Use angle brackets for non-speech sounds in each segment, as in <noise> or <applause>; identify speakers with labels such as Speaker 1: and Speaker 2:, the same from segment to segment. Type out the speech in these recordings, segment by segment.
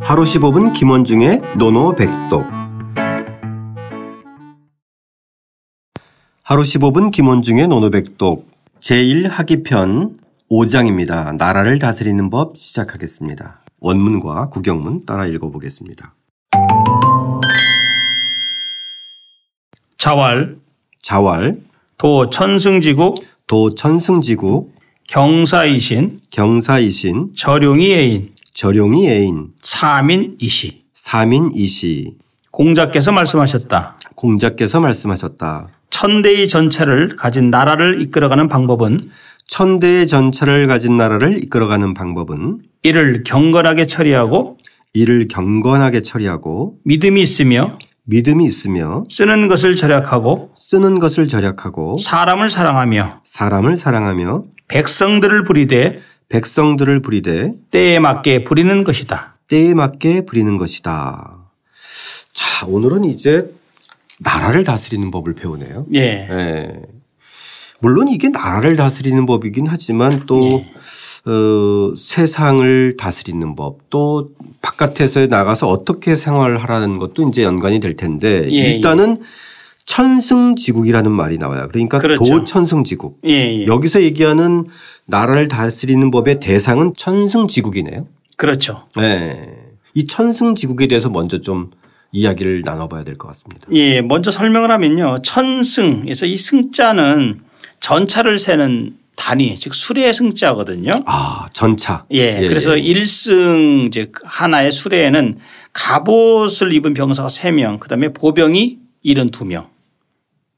Speaker 1: 하루 15분 김원중의 노노백독 하루 15분 김원중의 노노백독 제1학기편 5장입니다. 나라를 다스리는 법 시작하겠습니다. 원문과 구경문 따라 읽어보겠습니다.
Speaker 2: 자활,
Speaker 1: 자왈,
Speaker 2: 도 천승지구,
Speaker 1: 도 천승지구,
Speaker 2: 경사이신,
Speaker 1: 경사이신,
Speaker 2: 저룡이 예인,
Speaker 1: 저룡이 애인,
Speaker 2: 사민이시.
Speaker 1: 사민이시,
Speaker 2: 공자께서 말씀하셨다.
Speaker 1: 공자께서 말씀하셨다.
Speaker 2: 천대의 전체를 가진 나라를 이끌어가는 방법은
Speaker 1: 천대의 전차를 가진 나라를 이끌어가는 방법은
Speaker 2: 이를 경건하게 처리하고
Speaker 1: 이를 경건하게 처리하고
Speaker 2: 믿음이 있으며
Speaker 1: 믿음이 있으며
Speaker 2: 쓰는 것을 절약하고
Speaker 1: 쓰는 것을 절약하고
Speaker 2: 사람을 사랑하며
Speaker 1: 사람을 사랑하며
Speaker 2: 백성들을 부리되
Speaker 1: 백성들을 부리되
Speaker 2: 때에 맞게 부리는 것이다.
Speaker 1: 때에 맞게 부리는 것이다. 자, 오늘은 이제 나라를 다스리는 법을 배우네요.
Speaker 2: 예.
Speaker 1: 예. 물론 이게 나라를 다스리는 법이긴 하지만 또
Speaker 2: 예.
Speaker 1: 어, 세상을 다스리는 법, 또 바깥에서 나가서 어떻게 생활하라는 것도 이제 연관이 될 텐데
Speaker 2: 예,
Speaker 1: 일단은 천승지국이라는 말이 나와요. 그러니까
Speaker 2: 그렇죠.
Speaker 1: 도천승지국.
Speaker 2: 예, 예.
Speaker 1: 여기서 얘기하는 나라를 다스리는 법의 대상은 천승지국이네요.
Speaker 2: 그렇죠.
Speaker 1: 네. 이 천승지국에 대해서 먼저 좀 이야기를 나눠봐야 될 것 같습니다.
Speaker 2: 예, 먼저 설명을 하면요. 천승에서 이 승자는 전차를 세는 단위, 즉 수레의 승자거든요.
Speaker 1: 아, 전차.
Speaker 2: 예, 그래서 일승즉 하나의 수레에는 갑옷을 입은 병사가 세명 그다음에 보병이 72명.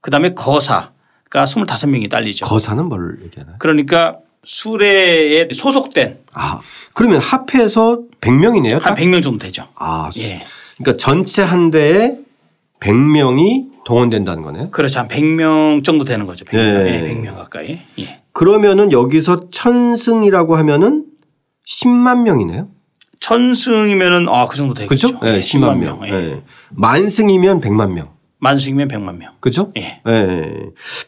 Speaker 2: 그다음에 거사가 그러니까 25명이 딸리죠.
Speaker 1: 거사는 뭘 얘기하나요?
Speaker 2: 그러니까 수레에 소속된
Speaker 1: 아, 그러면 합해서 100명이네요.
Speaker 2: 한 100명 정도 되죠.
Speaker 1: 아,
Speaker 2: 예.
Speaker 1: 그러니까 전체 한 대에 100명이 동원된다는 거네요.
Speaker 2: 그렇죠. 한 100명 정도 되는 거죠. 100명.
Speaker 1: 예.
Speaker 2: 예, 100명 가까이. 예.
Speaker 1: 그러면은 여기서 천승이라고 하면은 10만 명이네요.
Speaker 2: 천승이면은 아, 그 정도 되겠죠.
Speaker 1: 그죠? 예, 10만 명.
Speaker 2: 예.
Speaker 1: 예. 만승이면 100만 명.
Speaker 2: 만승이면 100만 명.
Speaker 1: 그죠?
Speaker 2: 예.
Speaker 1: 예.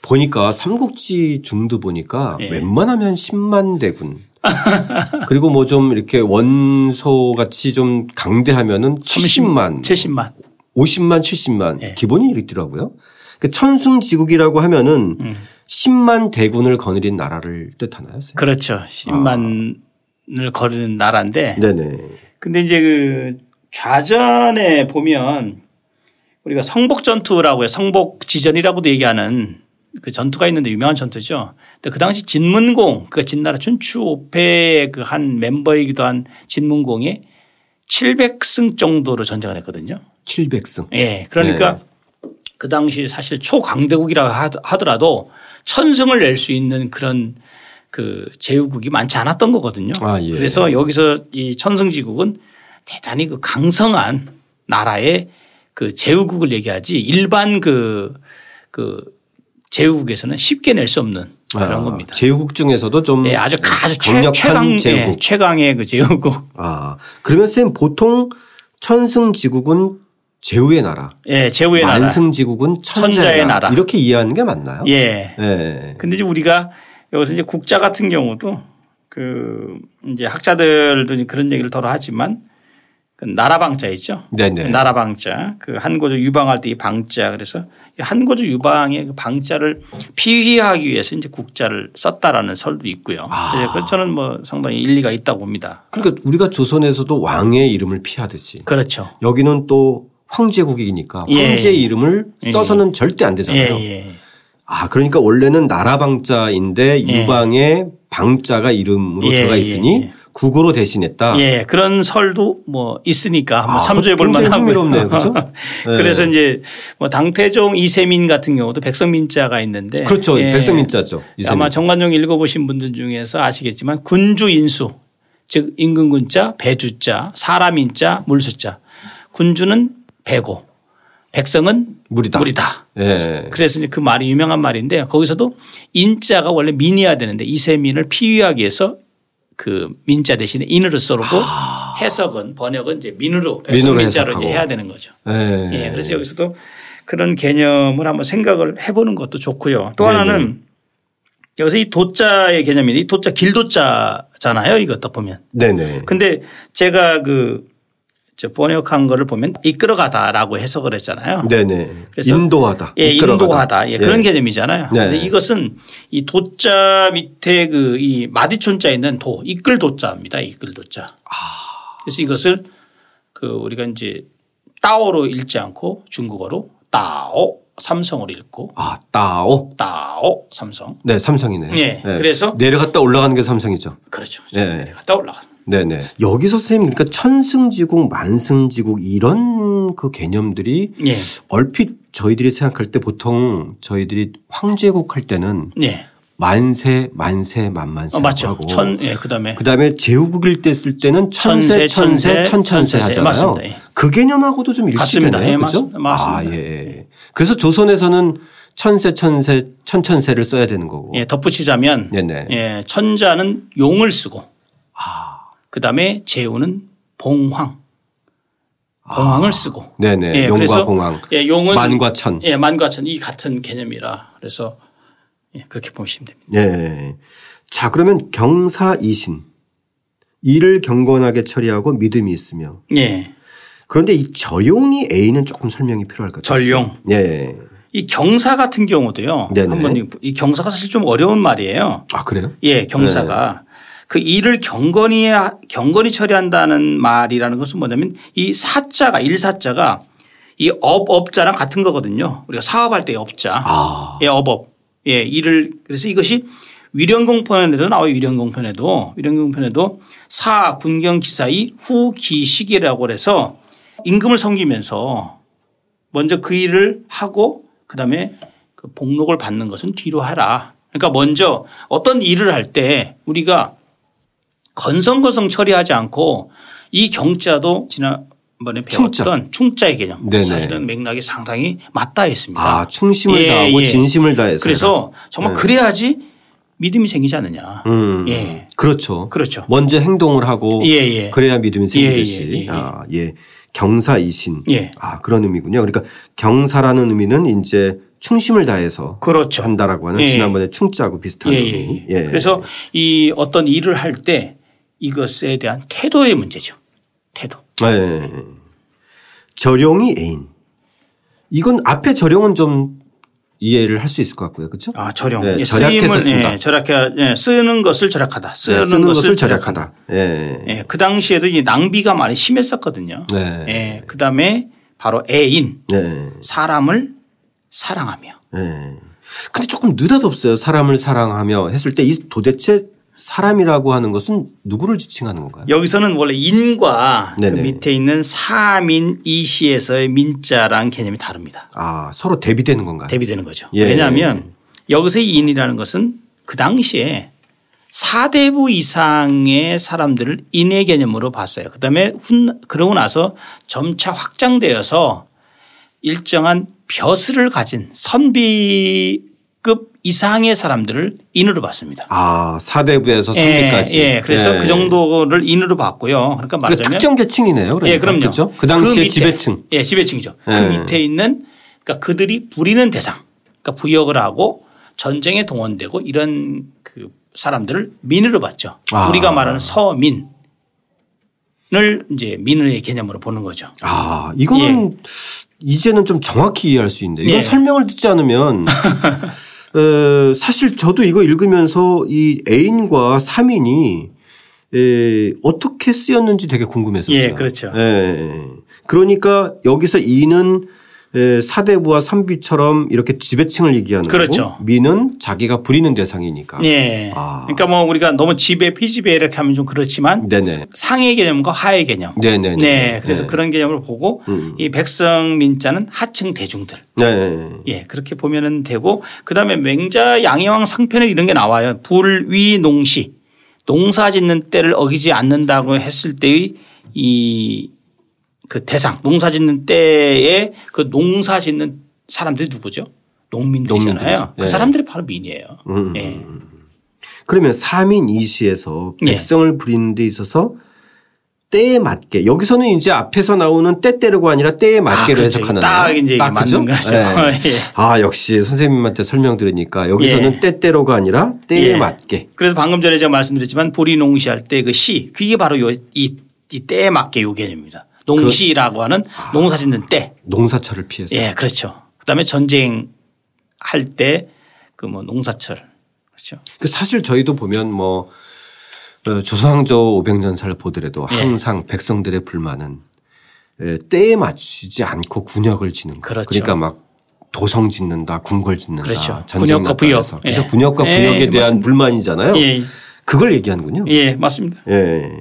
Speaker 1: 보니까 삼국지 중도 보니까
Speaker 2: 예.
Speaker 1: 웬만하면 10만 대군. <laughs> 그리고 뭐 좀 이렇게 원소 같이 좀 강대하면은 70만.
Speaker 2: 70만.
Speaker 1: 50만, 70만
Speaker 2: 예.
Speaker 1: 기본이 이렇더라고요. 그러니까 천승지국이라고 하면은
Speaker 2: 음.
Speaker 1: 10만 대군을 거느린 나라를 뜻하나요? 선생님?
Speaker 2: 그렇죠.
Speaker 1: 아.
Speaker 2: 10만을 거르는 나라인데.
Speaker 1: 네네.
Speaker 2: 근데 이제 그 좌전에 보면 우리가 성복 전투라고 해요. 성복 지전이라고도 얘기하는 그 전투가 있는데 유명한 전투죠. 근데 그 당시 진문공, 그 진나라 춘추 오페의 그 한 멤버이기도 한 진문공이 700승 정도로 전쟁을 했거든요.
Speaker 1: 700승.
Speaker 2: 예. 그러니까
Speaker 1: 네.
Speaker 2: 그 당시 사실 초강대국이라 하더- 하더라도 천승을 낼 수 있는 그런 그 제후국이 많지 않았던 거거든요.
Speaker 1: 아, 예.
Speaker 2: 그래서 여기서 이 천승지국은 대단히 그 강성한 나라의 그 제후국을 얘기하지 일반 그, 그 제후국에서는 쉽게 낼 수 없는 그런
Speaker 1: 아,
Speaker 2: 겁니다.
Speaker 1: 제후국 중에서도 좀
Speaker 2: 예, 아주 아주 최,
Speaker 1: 강력한
Speaker 2: 최강
Speaker 1: 제후국.
Speaker 2: 예, 최강의 그 제후국.
Speaker 1: 아 그러면 선생님 보통 천승지국은 제후의 나라,
Speaker 2: 예, 제후의 나라.
Speaker 1: 만승지국은 천자의,
Speaker 2: 천자의
Speaker 1: 나라.
Speaker 2: 나라.
Speaker 1: 이렇게 이해하는 게 맞나요?
Speaker 2: 예.
Speaker 1: 예.
Speaker 2: 근데 이제 우리가 여기서 이제 국자 같은 경우도 그 이제 학자들도 이제 그런 얘기를 더러 하지만 그 나라방자 있죠.
Speaker 1: 네네.
Speaker 2: 나라방자 그 한고조 유방할 때 이 방자 그래서 이 한고조 유방의 그 방자를 피의하기 위해서 이제 국자를 썼다라는 설도 있고요. 그래서 저는 뭐 상당히 일리가 있다고 봅니다.
Speaker 1: 그러니까 우리가 조선에서도 왕의 이름을 피하듯이
Speaker 2: 그렇죠.
Speaker 1: 여기는 또 황제국이니까
Speaker 2: 예.
Speaker 1: 황제의 이름을 써서는 절대 안 되잖아요.
Speaker 2: 예, 예.
Speaker 1: 아, 그러니까 원래는 나라방자인데
Speaker 2: 예.
Speaker 1: 유방에 방자가 이름으로
Speaker 2: 예,
Speaker 1: 들어가
Speaker 2: 예,
Speaker 1: 있으니
Speaker 2: 예.
Speaker 1: 국으로 대신했다.
Speaker 2: 예, 그런 설도 뭐 있으니까 한번
Speaker 1: 아,
Speaker 2: 참조해 볼
Speaker 1: 굉장히
Speaker 2: 만하고요.
Speaker 1: 흥미롭네요. 그죠? 네.
Speaker 2: <laughs> 그래서 이제 뭐 당태종 이세민 같은 경우도 백성민자가 있는데
Speaker 1: 그렇죠.
Speaker 2: 예,
Speaker 1: 백성민자죠. 이세민.
Speaker 2: 아마 정관용 읽어보신 분들 중에서 아시겠지만 군주인수 즉 임금군자, 배주자, 사람인자, 물수자. 군주는 배고 백성은
Speaker 1: 무리다.
Speaker 2: 무리다.
Speaker 1: 예.
Speaker 2: 그래서 이제 그 말이 유명한 말인데 거기서도 인자가 원래 민이어야 되는데 이세민을 피위하기 위해서 그 민자 대신에 인으로 써놓고 해석은 번역은 이제 민으로 해서
Speaker 1: 민으로
Speaker 2: 민자로 이제
Speaker 1: 해석하고.
Speaker 2: 해야 되는 거죠.
Speaker 1: 예.
Speaker 2: 예, 그래서 여기서도 그런 개념을 한번 생각을 해보는 것도 좋고요. 또
Speaker 1: 네,
Speaker 2: 하나는 여기서 이 도자의 개념인데 이
Speaker 1: 네.
Speaker 2: 도자 길도자잖아요. 이거 딱 보면.
Speaker 1: 네네.
Speaker 2: 근데 제가 그 저 번역한 거를 보면 이끌어가다라고 해석을 했잖아요.
Speaker 1: 네네.
Speaker 2: 그래서
Speaker 1: 인도하다.
Speaker 2: 예,
Speaker 1: 이끌어가다.
Speaker 2: 인도하다. 예, 그런 개념이잖아요.
Speaker 1: 네.
Speaker 2: 근데 이것은 이 도자 밑에 그 이 마디촌자 있는 도, 이끌 도자입니다. 이끌 도자.
Speaker 1: 아.
Speaker 2: 그래서 이것을 그 우리가 이제 따오로 읽지 않고 중국어로 따오 삼성으로 읽고
Speaker 1: 아, 따오.
Speaker 2: 따오 삼성.
Speaker 1: 네, 삼성이네.
Speaker 2: 예, 그래서-
Speaker 1: 내려갔다 올라가는 게 삼성이죠.
Speaker 2: 그렇죠.
Speaker 1: 네.
Speaker 2: 갔다 올라가.
Speaker 1: 네네. 여기서 선생님 그러니까 천승지국, 만승지국 이런 그 개념들이
Speaker 2: 예.
Speaker 1: 얼핏 저희들이 생각할 때 보통 저희들이 황제국 할 때는
Speaker 2: 예.
Speaker 1: 만세, 만세, 만만세
Speaker 2: 어, 맞죠.
Speaker 1: 하고
Speaker 2: 천, 예, 그 다음에.
Speaker 1: 그다음에 제후국일 때 쓸 때는 천세, 천세,
Speaker 2: 천세, 천세,
Speaker 1: 천천세
Speaker 2: 천세세.
Speaker 1: 하잖아요.
Speaker 2: 맞습니다. 예.
Speaker 1: 그 개념하고도 좀
Speaker 2: 같습니다.
Speaker 1: 일치되네요.
Speaker 2: 예,
Speaker 1: 그죠?
Speaker 2: 맞- 맞습니다.
Speaker 1: 아, 예, 예. 그래서 조선에서는 천세, 천세, 천천세를 써야 되는 거고.
Speaker 2: 예, 덧붙이자면
Speaker 1: 네네.
Speaker 2: 예, 천자는 용을 쓰고
Speaker 1: 아,
Speaker 2: 그다음에 재우는 봉황. 봉황을 쓰고.
Speaker 1: 아. 네네.
Speaker 2: 예,
Speaker 1: 용과
Speaker 2: 그래서
Speaker 1: 공황,
Speaker 2: 예, 용은
Speaker 1: 만과 천.
Speaker 2: 예, 만과 천 이 같은 개념이라. 그래서 예, 그렇게 보시면 됩니다.
Speaker 1: 예. 자, 그러면 경사이신. 이를 경건하게 처리하고 믿음이 있으며.
Speaker 2: 예.
Speaker 1: 그런데 이 저용이 A는 조금 설명이 필요할 것 같아요.
Speaker 2: 전용.
Speaker 1: 예.
Speaker 2: 이 경사 같은 경우도요.
Speaker 1: 네네.
Speaker 2: 한번 이- 이 경사가 사실 좀 어려운 말이에요.
Speaker 1: 아, 그래요?
Speaker 2: 예, 경사가 그 일을 경건히 경건히 처리한다는 말이라는 것은 뭐냐면 이 사자가 일사자가 이 업 업자랑 같은 거거든요. 우리가 사업할 때 업자.
Speaker 1: 아.
Speaker 2: 예, 업업. 예, 일을 그래서 이것이 위령공편에도 나와요. 위령공편에도 위령공편에도 사 군경 기사의 후기식이라고 해서 임금을 섬기면서 먼저 그 일을 하고 그다음에 그 복록을 받는 것은 뒤로 하라. 그러니까 먼저 어떤 일을 할 때 우리가 건성건성 처리하지 않고 이 경자도 지난번에
Speaker 1: 충자.
Speaker 2: 배웠던 충자. 의 개념
Speaker 1: 네네.
Speaker 2: 사실은 맥락이 상당히 맞닿아 있습니다.
Speaker 1: 아, 충심을
Speaker 2: 예,
Speaker 1: 다하고
Speaker 2: 예.
Speaker 1: 진심을 다해서. 네.
Speaker 2: 그래서 정말 그래야지 믿음이 생기지 않느냐.
Speaker 1: 음.
Speaker 2: 예.
Speaker 1: 그렇죠.
Speaker 2: 그렇죠.
Speaker 1: 먼저 행동을 하고
Speaker 2: 예, 예.
Speaker 1: 그래야 믿음이 생기듯이.
Speaker 2: 예, 예, 예.
Speaker 1: 아, 예. 경사이신.
Speaker 2: 예.
Speaker 1: 아, 그런 의미군요. 그러니까 경사라는 의미는 이제 충심을 다해서
Speaker 2: 그렇죠.
Speaker 1: 한다라고 하는
Speaker 2: 예.
Speaker 1: 지난번에 음. 충자하고 비슷한
Speaker 2: 예,
Speaker 1: 의미.
Speaker 2: 예, 예. 그래서 이 어떤 일을 할 때 이것에 대한 태도의 문제죠. 태도.
Speaker 1: 예. 저령이 애인. 이건 앞에 저령은 좀 이해를 할 수 있을 것 같고요. 그렇죠?
Speaker 2: 아, 절용.
Speaker 1: 네,
Speaker 2: 예,
Speaker 1: 절약해서
Speaker 2: 쓰임을
Speaker 1: 쓴다. 네,
Speaker 2: 예, 절약해 예, 쓰는 것을 절약하다. 쓰는,
Speaker 1: 예, 쓰는 것을
Speaker 2: 절약하다.
Speaker 1: 절약하다. 예.
Speaker 2: 예, 그 당시에도 이 낭비가 많이 심했었거든요.
Speaker 1: 네.
Speaker 2: 예, 그다음에 바로 애인
Speaker 1: 예.
Speaker 2: 사람을 사랑하며
Speaker 1: 예. 근데 조금 느닷없어요. 사람을 사랑하며 했을 때 이 도대체 사람이라고 하는 것은 누구를 지칭하는 건가요?
Speaker 2: 여기서는 원래 인과 그
Speaker 1: 네네.
Speaker 2: 밑에 있는 사민 이시에서의 민자랑 개념이 다릅니다.
Speaker 1: 아, 서로 대비되는 건가요?
Speaker 2: 대비되는 거죠.
Speaker 1: 예.
Speaker 2: 왜냐하면 여기서 이 인이라는 것은 그 당시에 사대부 이상의 사람들을 인의 개념으로 봤어요. 그다음에 훗 그러고 나서 점차 확장되어서 일정한 벼슬을 가진 선비급 이상의 사람들을 인으로 봤습니다.
Speaker 1: 아, 사대부에서 선비까지.
Speaker 2: 예, 예. 그래서
Speaker 1: 예.
Speaker 2: 그 정도를 인으로 봤고요.
Speaker 1: 그러니까
Speaker 2: 그러니까 말하자면
Speaker 1: 특정 계층이네요. 그러니까.
Speaker 2: 예, 그럼요.
Speaker 1: 그죠? 그 당시에
Speaker 2: 밑에,
Speaker 1: 지배층.
Speaker 2: 예, 지배층이죠.
Speaker 1: 예.
Speaker 2: 그 밑에 있는 그러니까 그들이 부리는 대상, 그러니까 부역을 하고 전쟁에 동원되고 이런 그 사람들을 민으로 봤죠.
Speaker 1: 아.
Speaker 2: 우리가 말하는 서민을 이제 민의 개념으로 보는 거죠.
Speaker 1: 아, 이거는 이제는 좀 정확히 이해할 수 있는데 이건
Speaker 2: 예.
Speaker 1: 설명을 듣지
Speaker 2: <laughs>
Speaker 1: 않으면 어, 사실 저도 이거 읽으면서 이 애인과 사민이 에, 어떻게 쓰였는지 되게 궁금했었어요.
Speaker 2: 예, 그렇죠.
Speaker 1: 예, 예. 그러니까 여기서 이는 에, 사대부와 삼비처럼 이렇게 지배층을 얘기하는
Speaker 2: 그렇죠.
Speaker 1: 거고 미는 자기가 부리는 대상이니까.
Speaker 2: 예.
Speaker 1: 아.
Speaker 2: 그러니까 뭐 우리가 너무 지배, 피지배 이렇게 하면 좀 그렇지만
Speaker 1: 네네.
Speaker 2: 상의 개념과 하의 개념.
Speaker 1: 네네. 음.
Speaker 2: 네. 그래서 그런 개념으로 보고 이 백성 민자는 하층 대중들.
Speaker 1: 네.
Speaker 2: 예, 그렇게 보면은 되고 그다음에 맹자 양의왕 상편에 이런 게 나와요. 불위 농시. 농사 짓는 때를 어기지 않는다고 했을 때의 이 그 대상, 농사 짓는 때에 그 농사 짓는 사람들이 누구죠?
Speaker 1: 농민들이죠.
Speaker 2: 농민들이잖아요.
Speaker 1: 예.
Speaker 2: 그 사람들이 바로 민이에요. 예.
Speaker 1: 그러면 사민 이시에서
Speaker 2: 예.
Speaker 1: 백성을 부리는 데 있어서 때에 맞게 여기서는 이제 앞에서 나오는 때때르고 아니라 때에 맞게로
Speaker 2: 그렇죠.
Speaker 1: 해석하는
Speaker 2: 딱 이제 이게 맞는 거죠. <laughs> 예.
Speaker 1: 아 역시 선생님한테 설명 들으니까 여기서는
Speaker 2: 예.
Speaker 1: 때때로가 아니라 때에
Speaker 2: 예.
Speaker 1: 맞게
Speaker 2: 그래서 방금 전에 제가 말씀드렸지만 불이 농시할 때 그 시, 그게 바로 요, 이, 이 때에 맞게 요 개념입니다. 농시라고 하는 농사 짓는 때.
Speaker 1: 농사철을 피해서.
Speaker 2: 예, 그렇죠. 그다음에 전쟁 할 때 그 뭐 농사철. 그렇죠.
Speaker 1: 그 사실 저희도 보면 뭐 어, 조선왕조 500년사를 보더라도
Speaker 2: 예.
Speaker 1: 항상 백성들의 불만은 예, 때에 맞추지 않고 군역을 지는 거.
Speaker 2: 그렇죠.
Speaker 1: 러니까막 도성 짓는다, 궁궐 짓는다,
Speaker 2: 그렇죠.
Speaker 1: 전쟁
Speaker 2: 군역과 부역.
Speaker 1: 나라에서. 그래서
Speaker 2: 예.
Speaker 1: 군역과
Speaker 2: 예,
Speaker 1: 부역에
Speaker 2: 예,
Speaker 1: 대한 불만이잖아요.
Speaker 2: 예.
Speaker 1: 그걸 얘기하는군요.
Speaker 2: 예, 맞습니다.
Speaker 1: 예.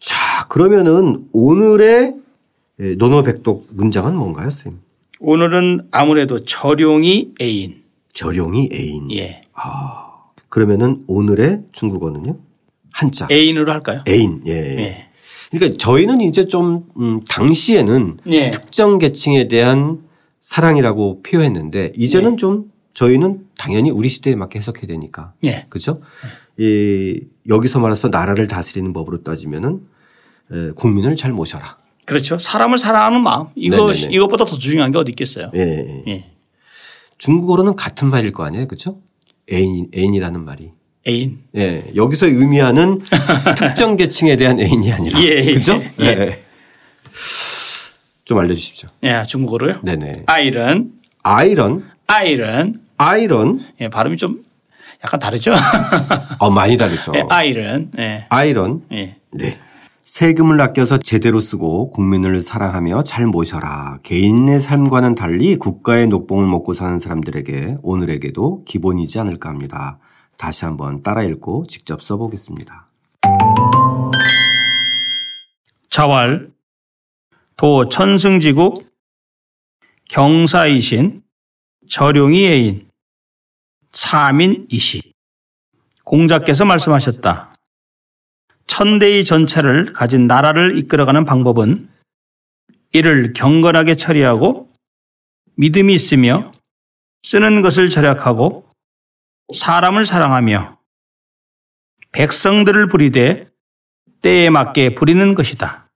Speaker 1: 자, 그러면은 오늘의 예, 노노백독 문장은 뭔가요, 쌤?
Speaker 2: 오늘은 아무래도 절용이 애인.
Speaker 1: 저룡이 애인.
Speaker 2: 예.
Speaker 1: 아. 그러면은 오늘의 중국어는요? 한자.
Speaker 2: 애인으로 할까요?
Speaker 1: 애인. 예.
Speaker 2: 예.
Speaker 1: 그러니까 저희는 이제 좀 음, 당시에는
Speaker 2: 예.
Speaker 1: 특정 계층에 대한 사랑이라고 표현했는데 이제는 좀 저희는 당연히 우리 시대에 맞게 해석해야 되니까.
Speaker 2: 예.
Speaker 1: 그죠? 이 여기서 말해서 나라를 다스리는 법으로 따지면은 에, 국민을 잘 모셔라.
Speaker 2: 그렇죠. 사람을 사랑하는 마음. 이거
Speaker 1: 네네네.
Speaker 2: 이것보다 더 중요한 게 어디 있겠어요?
Speaker 1: 예, 예.
Speaker 2: 예.
Speaker 1: 중국어로는 같은 말일 거 아니에요, 그렇죠? 애인 애인이라는 말이.
Speaker 2: 애인.
Speaker 1: 예, 여기서
Speaker 2: <laughs>
Speaker 1: 의미하는 특정 계층에 대한 애인이 아니라,
Speaker 2: 예, 예,
Speaker 1: 그죠?
Speaker 2: 예.
Speaker 1: 좀 알려주십시오.
Speaker 2: 예, 중국어로요.
Speaker 1: 네네.
Speaker 2: 아이런
Speaker 1: 아이런,
Speaker 2: 아이런
Speaker 1: 아이런,
Speaker 2: 예, 발음이 좀 약간 다르죠?
Speaker 1: 어 많이 다르죠.
Speaker 2: <laughs> 예, 아이런. 예.
Speaker 1: 아이런,
Speaker 2: 예.
Speaker 1: 네. 세금을 아껴서 제대로 쓰고 국민을 사랑하며 잘 모셔라. 개인의 삶과는 달리 국가의 녹봉을 먹고 사는 사람들에게 오늘에게도 기본이지 않을까 합니다. 다시 한번 따라 읽고 직접 써보겠습니다.
Speaker 2: 자왈 도 천승지구 경사이신 절용이 애인 사민이시 공자께서 말씀하셨다. 천대의 전체를 가진 나라를 이끌어가는 방법은 이를 경건하게 처리하고 믿음이 있으며 쓰는 것을 절약하고 사람을 사랑하며 백성들을 부리되 때에 맞게 부리는 것이다.